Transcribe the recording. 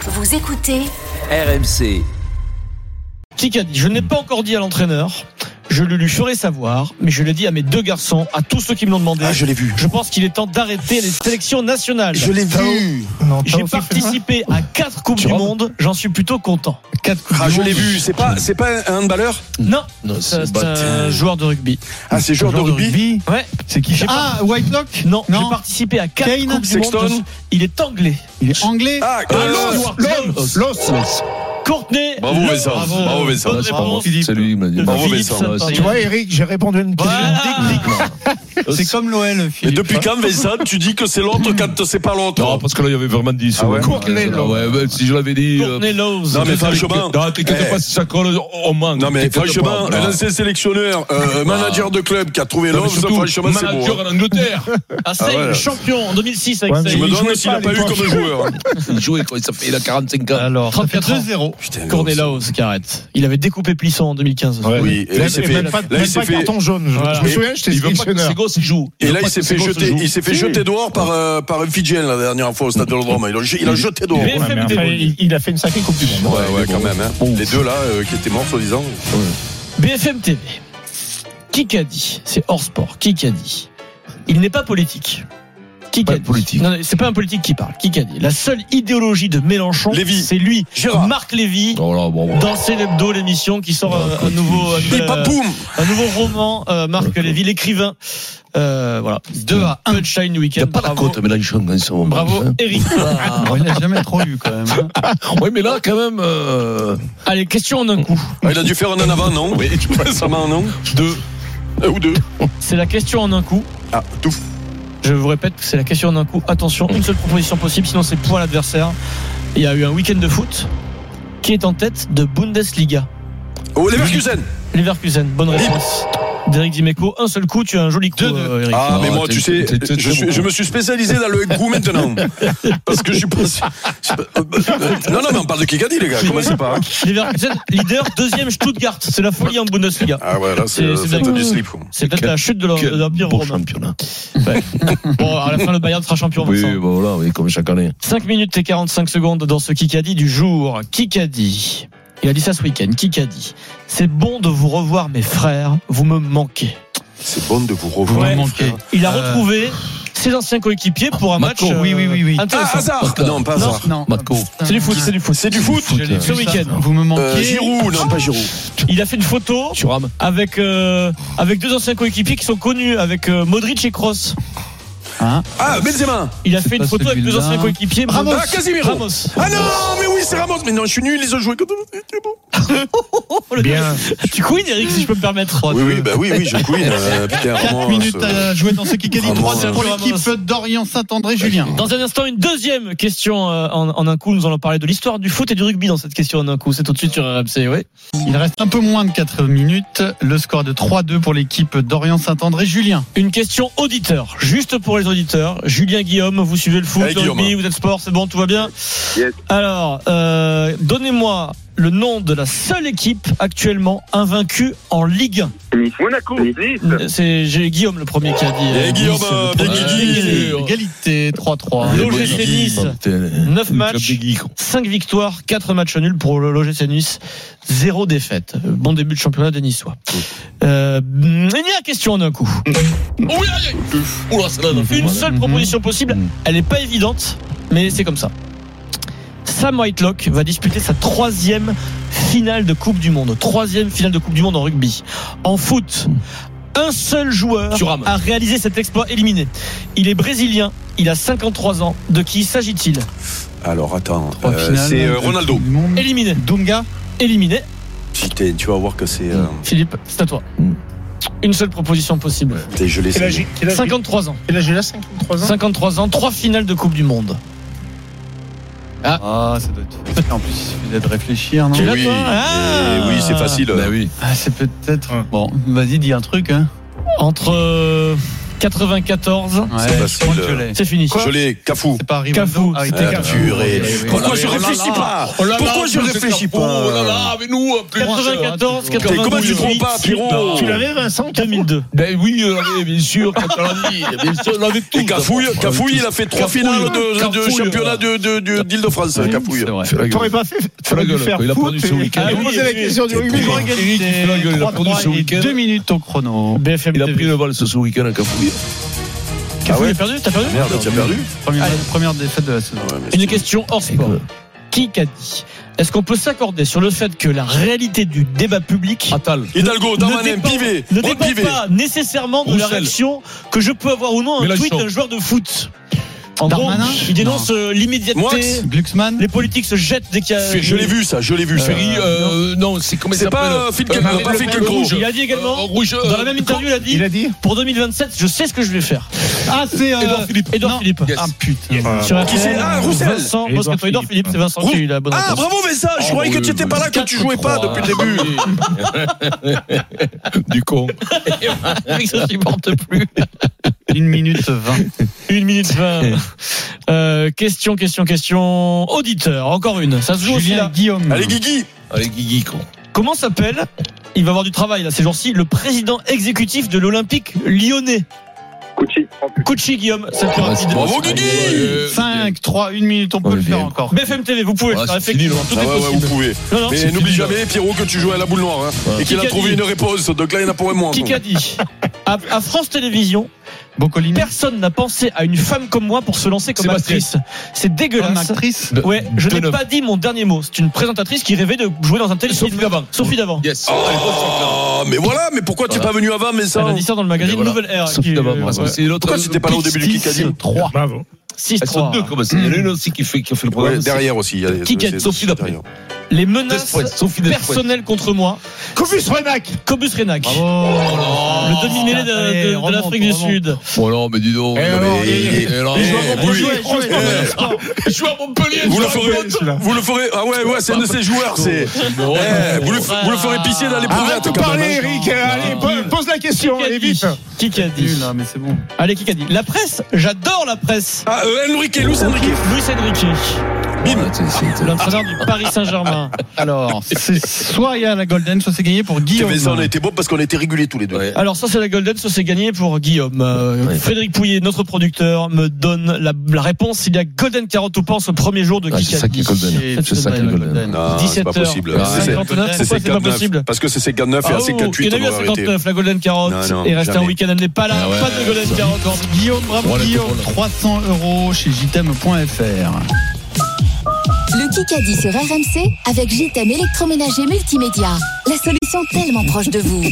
Vous écoutez RMC. Qui a dit Je n'ai pas encore dit à l'entraîneur. Je le lui ferai savoir, mais je l'ai dit à mes deux garçons, à tous ceux qui me l'ont demandé. Ah, je l'ai vu. Je pense qu'il est temps d'arrêter les sélections nationales. Je l'ai vu. J'ai participé à quatre coupes du monde. J'en suis plutôt content. Ah, je l'ai vu. C'est pas, c'est pas un handballeur. Non, c'est un joueur de rugby. Ah, c'est joueur de rugby. Ouais. C'est qui Ah, Whitelock Non, Non. j'ai participé à quatre Kane coupes du monde. Sexton Je- Il est anglais. Il est anglais. Ah, Ah, euh, Lowe, Lowe, Los, Lowe. Los, Los. Courtenay. Bravo Lowe. Vincent, bravo Vincent. Bonne C'est pas moi. réponse. C'est lui, il m'a dit. de Bravo Philippe Vincent. Sampaio. Tu vois, Eric, j'ai répondu à une question Voilà. technique. C'est comme l'OL, Et Philippe. depuis quand Vincent, tu dis que c'est l'autre quand c'est pas l'autre Non, parce que là, il y avait vraiment 10. Ah ouais Courtenay, là. ouais, ouais, si je l'avais dit. euh, Courtenay Lowe. Non, mais t'inquiète- franchement- Non, t'inquiète Eh. pas, si ça colle, on manque. Non mais T'inquiète franchement, pas, un voilà. ancien sélectionneur, euh, manager de club qui a trouvé Non, mais l'offre, surtout, franchement c'est manager beau. hein. en Angleterre. À Sale, Ah ouais. champion en 2006 avec Ouais, Sale. Je me Il demande jouait s'il pas n'a à pas eu l'époque. comme joueur. hein. Il jouait, quoi, ça fait, il a 45 ans. Alors, 34 ans. 2-0. Putain, gros, Cornet Laos qui arrête. Il avait découpé Plisson en 2015. c'est- Oui, et là, il s'est fait, même pas, là, il même s'est pas fait- carton jaune. Je, Voilà. je me souviens, j'étais Il veut pas que sélectionneur. ses gosses jouent. et veut là, pas il que s'est ses fait gosses jeter, jouent. il s'est fait Si. jeter dehors par, euh, par un Fidjien la dernière fois au stade de l'Odrome. Il a, il a jeté dehors. Il est Ouais, fait Enfin, il, il a fait une sacrée Coupe du Monde. ouais, quand même. hein. Bon. Les deux là, euh, qui étaient morts, soi-disant. BFM TV. Qui qu'a dit C'est hors sport. Qui qu'a dit Il n'est pas politique. Qui Pas qu'a dit politique. Non, non, c'est pas un politique qui parle. Qui qu'a dit La seule idéologie de Mélenchon, Lévy. c'est lui, Gérard. Marc Lévy. Oh là, bon, bon. Dans l'hebdo, l'émission qui sort un, un nouveau, un, Et nouvel, euh, papoum un nouveau roman, euh, Marc Lévy, l'écrivain. Euh, voilà. 2 à 1 Shine Il Weekend. n'y a pas la Bravo. cote, Mélenchon, en ce moment. Bravo, Eric. Ah, il l'a jamais trop eu quand même. Oui, mais là, quand même. euh, Allez, question en un coup. Ah, Il a dû faire un en avant, non Oui, tu penses en non Deux. Un Ou deux C'est la question en un coup. Ah, tout. Je vous répète que c'est la question en un coup. Attention, une seule proposition possible, sinon c'est point à l'adversaire. Il y a eu un week-end de foot. Qui est en tête de Bundesliga Oh, Leverkusen Leverkusen, bonne réponse. Derek Dimeco, un seul coup, tu as un joli coup, euh, Eric. Ah, mais Ah, moi, t'es- tu sais, t'es- t'es- t'es je, bon, suis- je me suis spécialisé dans le goût maintenant. Parce que je suis pas. sûr- je suis pas- Non, non, mais on parle de Kikadi, les gars. Commencez pas. hein. Leverkusen, leader, deuxième Stuttgart. C'est la folie en Bundesliga. Ah, ouais, là, C'est- c'est c'est c'est dingue. du slip. quoi. C'est peut-être la chute de l'Em- de Quel l'Empire beau romain. championnat. Bon, à la fin, le Bayern sera champion. Oui, Vincent. bah voilà, oui, comme chaque année. 5 minutes et 45 secondes dans ce Kikadi du jour. Kikadi. Il a dit ça ce week-end. Kikadi. C'est bon de vous revoir, mes frères. Vous me manquez. C'est bon de vous revoir. Ah, Ouais. manqué. Il a Euh, retrouvé ses anciens coéquipiers pour un match. euh, Macron. Oui, oui, oui, oui. Ah, Intéressant. hasard Non, pas hasard. Non. Matko. c'est du foot, c'est du foot. C'est du foot Je l'ai vu Ce Euh, ça. week-end. Vous me manquez. Euh, Giroud, non, pas Giroud. Il a fait une photo Tu rames avec euh, avec deux anciens coéquipiers qui sont connus, avec euh, Modric et Kroos. Ah, Benzema Il a fait une pas photo avec deux celui-là. anciens coéquipiers. Ramos. Ah, Casemiro. Ramos. Ah non, mais oui, c'est Ramos Mais non, je suis nul, ils ont joué contre C'est bon. Oh, le gars. Tu couines, Eric, si je peux me permettre. Oui, oui, bah oui, oui, je couine. euh, Putain, 4 Ramos, minutes euh, à jouer dans ce Kikadi. Ramos, 3 pour euh, l'équipe d'Orient Saint-André, Julien. Dans un instant, une deuxième question euh, en, en un coup. Nous allons parler de l'histoire du foot et du rugby dans cette question en un coup. C'est tout de suite sur RMC, oui. Il reste un peu moins de 4 minutes. Le score de 3-2 pour l'équipe d'Orient Saint-André, Julien. Une question auditeur, juste pour les auditeurs. Julien Guillaume, vous suivez le foot, Allez, le rugby, Guillaume. vous êtes sport, c'est bon, tout va bien Yes. Alors, euh, donnez-moi le nom de la seule équipe actuellement invaincue en Ligue Monaco, Nice. 1. C'est j'ai Guillaume le premier qui a dit. Et Guillaume, Nice, le euh, premier. bien Euh, Guigui. Égalité 3-3. Le L'OGC Nice, 9 matchs, Guigui, 5 victoires, 4 matchs nuls pour le l'OGC Nice, 0 défaite. Bon début de championnat des Niçois. Euh, il y a question en un coup. Oula, celle-là, elle a fait Une Mhm. mal. seule proposition possible, elle n'est pas évidente, mais c'est comme ça. Sam Whitelock va disputer sa troisième finale de Coupe du Monde. Troisième finale de Coupe du Monde en rugby. En foot, un seul joueur Thuram. a réalisé cet exploit éliminé. Il est brésilien, il a 53 ans. De qui s'agit-il Mhm. Alors, attends. Trois euh, finales C'est de euh, Coupe Ronaldo. du Monde. Éliminé. Dunga. Éliminé. Putain, tu vas voir que c'est. euh, Philippe, c'est à toi. Mm. Une seule proposition possible. Putain, je l'ai saisi. 53 ans. Il Mhm. a joué là 53 53 ans, trois finales de Coupe du Monde. Ah, ça doit être facile. En plus, il suffisait de réfléchir, non Tu Eh l'as, oui, toi eh oui, c'est Ah. facile. Bah oui. Ah, c'est peut-être. Bon, vas-y, dis un truc. Hein. Entre euh, 94. Ouais, C'est je facile, crois que je euh, l'ai. C'est fini. Je l'ai, Cafou. Euh, C'est pas Cafou. Rivaldo. Ah, C'était oui. Cafou. Purée. Oui, oui, oui. Pourquoi Oh je là là. réfléchis pas Oh là là, Pourquoi je monsieur réfléchis Capot, Oh là pas Euh, là, avec nous, en plus. 94, 98. Comment tu te trompes pas, Pierrot Tu l'avais, Vincent 2002. Ben oui, on l'avait, bien sûr, Ah, quand on l'a dit. Bien sûr, on l'avait tous. Et Cafouille, Cafouille, il a fait trois Cafouille, finales de, de Cafouille, championnat de- de- de- d'Île-de-France, Cafouille. C'est vrai. Fais la gueule. T'aurais pas fait. Fais la dû gueule, faire quoi, il a foot perdu ce et- week-end. et poser la question du rugby. pour- Eric, il fait la gueule, il a Trois, produit ce trois et week-end. Deux minutes au chrono. BFM Il a pris TV. le vol ce week-end à Cafouille. Cafou, Ah ouais il a perdu T'as perdu Merde, tu as perdu Première, première défaite de la saison. Une question hors sport. Qui qu'a dit Est-ce qu'on peut s'accorder sur le fait que la réalité du débat public Attal. Hidalgo, Darmanin, dépend- Pivet, ne Brod dépend Pivet. pas nécessairement de la Roussel. réaction que je peux avoir ou non à un Mélenchon. tweet d'un joueur de foot En gros, Darmanin il dénonce euh, Moix. l'immédiateté. Glucksmann Les politiques se jettent dès qu'il y a. Je l'ai vu ça, je l'ai vu. ça. Ferry, euh, non, c'est comment il C'est pas, s'appelle euh, Phil Kel- pas Phil Kelcro. rouge. Il a dit également, Euh, rouge, euh, dans la même interview, il a dit Il a dit pour 2027, je sais ce que je vais faire. Ah, c'est. euh, Edouard Philippe. Edouard non. Philippe. Yes. Ah putain. Sur Qui c'est RTL, Ah, Roussel. Vincent Edouard Moscato. Edouard Philippe. Philippe, c'est Vincent qui a eu la bonne Ah, réponse. bravo Vincent, Oh, je croyais que tu n'étais pas là, que tu jouais pas depuis le début. début. Du con. Mec, ça supporte plus. Une minute vingt. Une minute vingt. Euh, question, question, question. Auditeur, encore une. Ça se joue aussi Julien là. Mmh. Guillaume. Allez, Guigui. Allez, Guigui, con. Comment s'appelle Il va avoir du travail là ces jours-ci. Le président exécutif de l'Olympique lyonnais. Cucci. Cucci, Guillaume. C'est Ah, plus rapide. Bravo, Guigui. Euh, 5, 3, 1 minute, on peut Ouais, le faire bien. encore. BFM TV, vous pouvez le Ah, faire, c'est fini, effectivement. Tout Ah est ouais, ouais, vous possible. pouvez. Non, non, Mais Hein c'est n'oublie fini, jamais, Pierrot, que tu jouais à la boule noire. hein, Et qu'il a Qui a trouvé dit une réponse. Donc là, il y en a pour un mois. Qui qu'a dit à, à France Télévisions, Boccolini. personne n'a pensé à une femme comme moi pour se lancer comme Sébastien. Ah, actrice. C'est Comme dégueulasse. actrice. De- Ouais, je n'ai Deneuve. pas dit mon dernier mot. C'est une présentatrice qui rêvait de jouer dans un téléfilm. Sophie Davant. Sophie Davant. Yes. Allez, bonne soirée. Ah, Oh, mais voilà, mais pourquoi t'es Voilà. pas venu avant, mais Elle ça a dit ça dans le magazine Mais voilà. Nouvelle Ère. Sauf qui, d'abord, euh, parce que ouais. c'est l'autre. Pourquoi tu t'es pas là au début du Kikadi 3. Bravo. Bah, Elles sont 6-3. deux comme ça. Il y en a une aussi qui fait, qui fait le Ouais, programme. derrière aussi. il y a- Qui gagne, c'est- Sophie d'après. derrière. Les Sophie menaces Despois. Sophie Despois. personnelles contre moi. Cobus Renac Cobus Renac. Bravo. Le demi-mêlée Allez, de- de, de remonte, l'Afrique du remonte. Sud. Oh non, mais dis donc. Eh non, non, mais- et- eh non, et- eh, Ah, et- Jouer, oui. jouer, Eh, jouer. Je joue à Montpellier. Vous le je joue à ferez, Montpellier. celui-là. Vous le ferez. Ah ouais, ouais, c'est un de ces joueurs. C'est. Non, Eh, non, vous, le, non. vous le ferez pisser dans les Arrête pouvettes de quand parler, même. hein. Eric. Allez, po- pose la question. Qui a Allez, dit vite. Qui qu'a dit Nul, hein, mais c'est bon. Allez, qui qu'a dit La presse J'adore la presse. Ah, euh, Enrique, Luis Enrique. Luis Enrique, Bim. C'est- Ah, c'est- c'est- l'entraîneur du Paris Saint-Germain. Alors, c'est soit il y a la Golden, soit c'est gagné pour Tiens, Guillaume. mais ça, Eh, on a été beau parce qu'on a été régulés tous les deux. Ouais. Alors ça c'est la Golden, ça c'est gagné pour Guillaume. Euh, Ouais. Frédéric Pouillet, notre producteur, me donne la, la réponse. Il y a Golden Carotte ou pense au premier jour de Ah, Kikadi. c'est ça qui est Golden. Cette C'est ça qui est semaine, la Golden. Non, c'est pas 17 heures. possible. Ah, C'est- Golden. c'est- C'est Pourquoi c'est pas 59. possible Parce que c'est 59 et Ah, à oh, il y 58, en a on eu à va arrêter. 59 la Golden Carotte Non, non, et reste un jamais. week-end à n'est pas là, Ah ouais, pas de Golden ça. Carotte. Guillaume, bravo Oh, elle était Guillaume. drôle. 300 euros chez jtm.fr. Le Kikadi sur RMC avec JTM électroménager multimédia. La solution tellement proche de vous.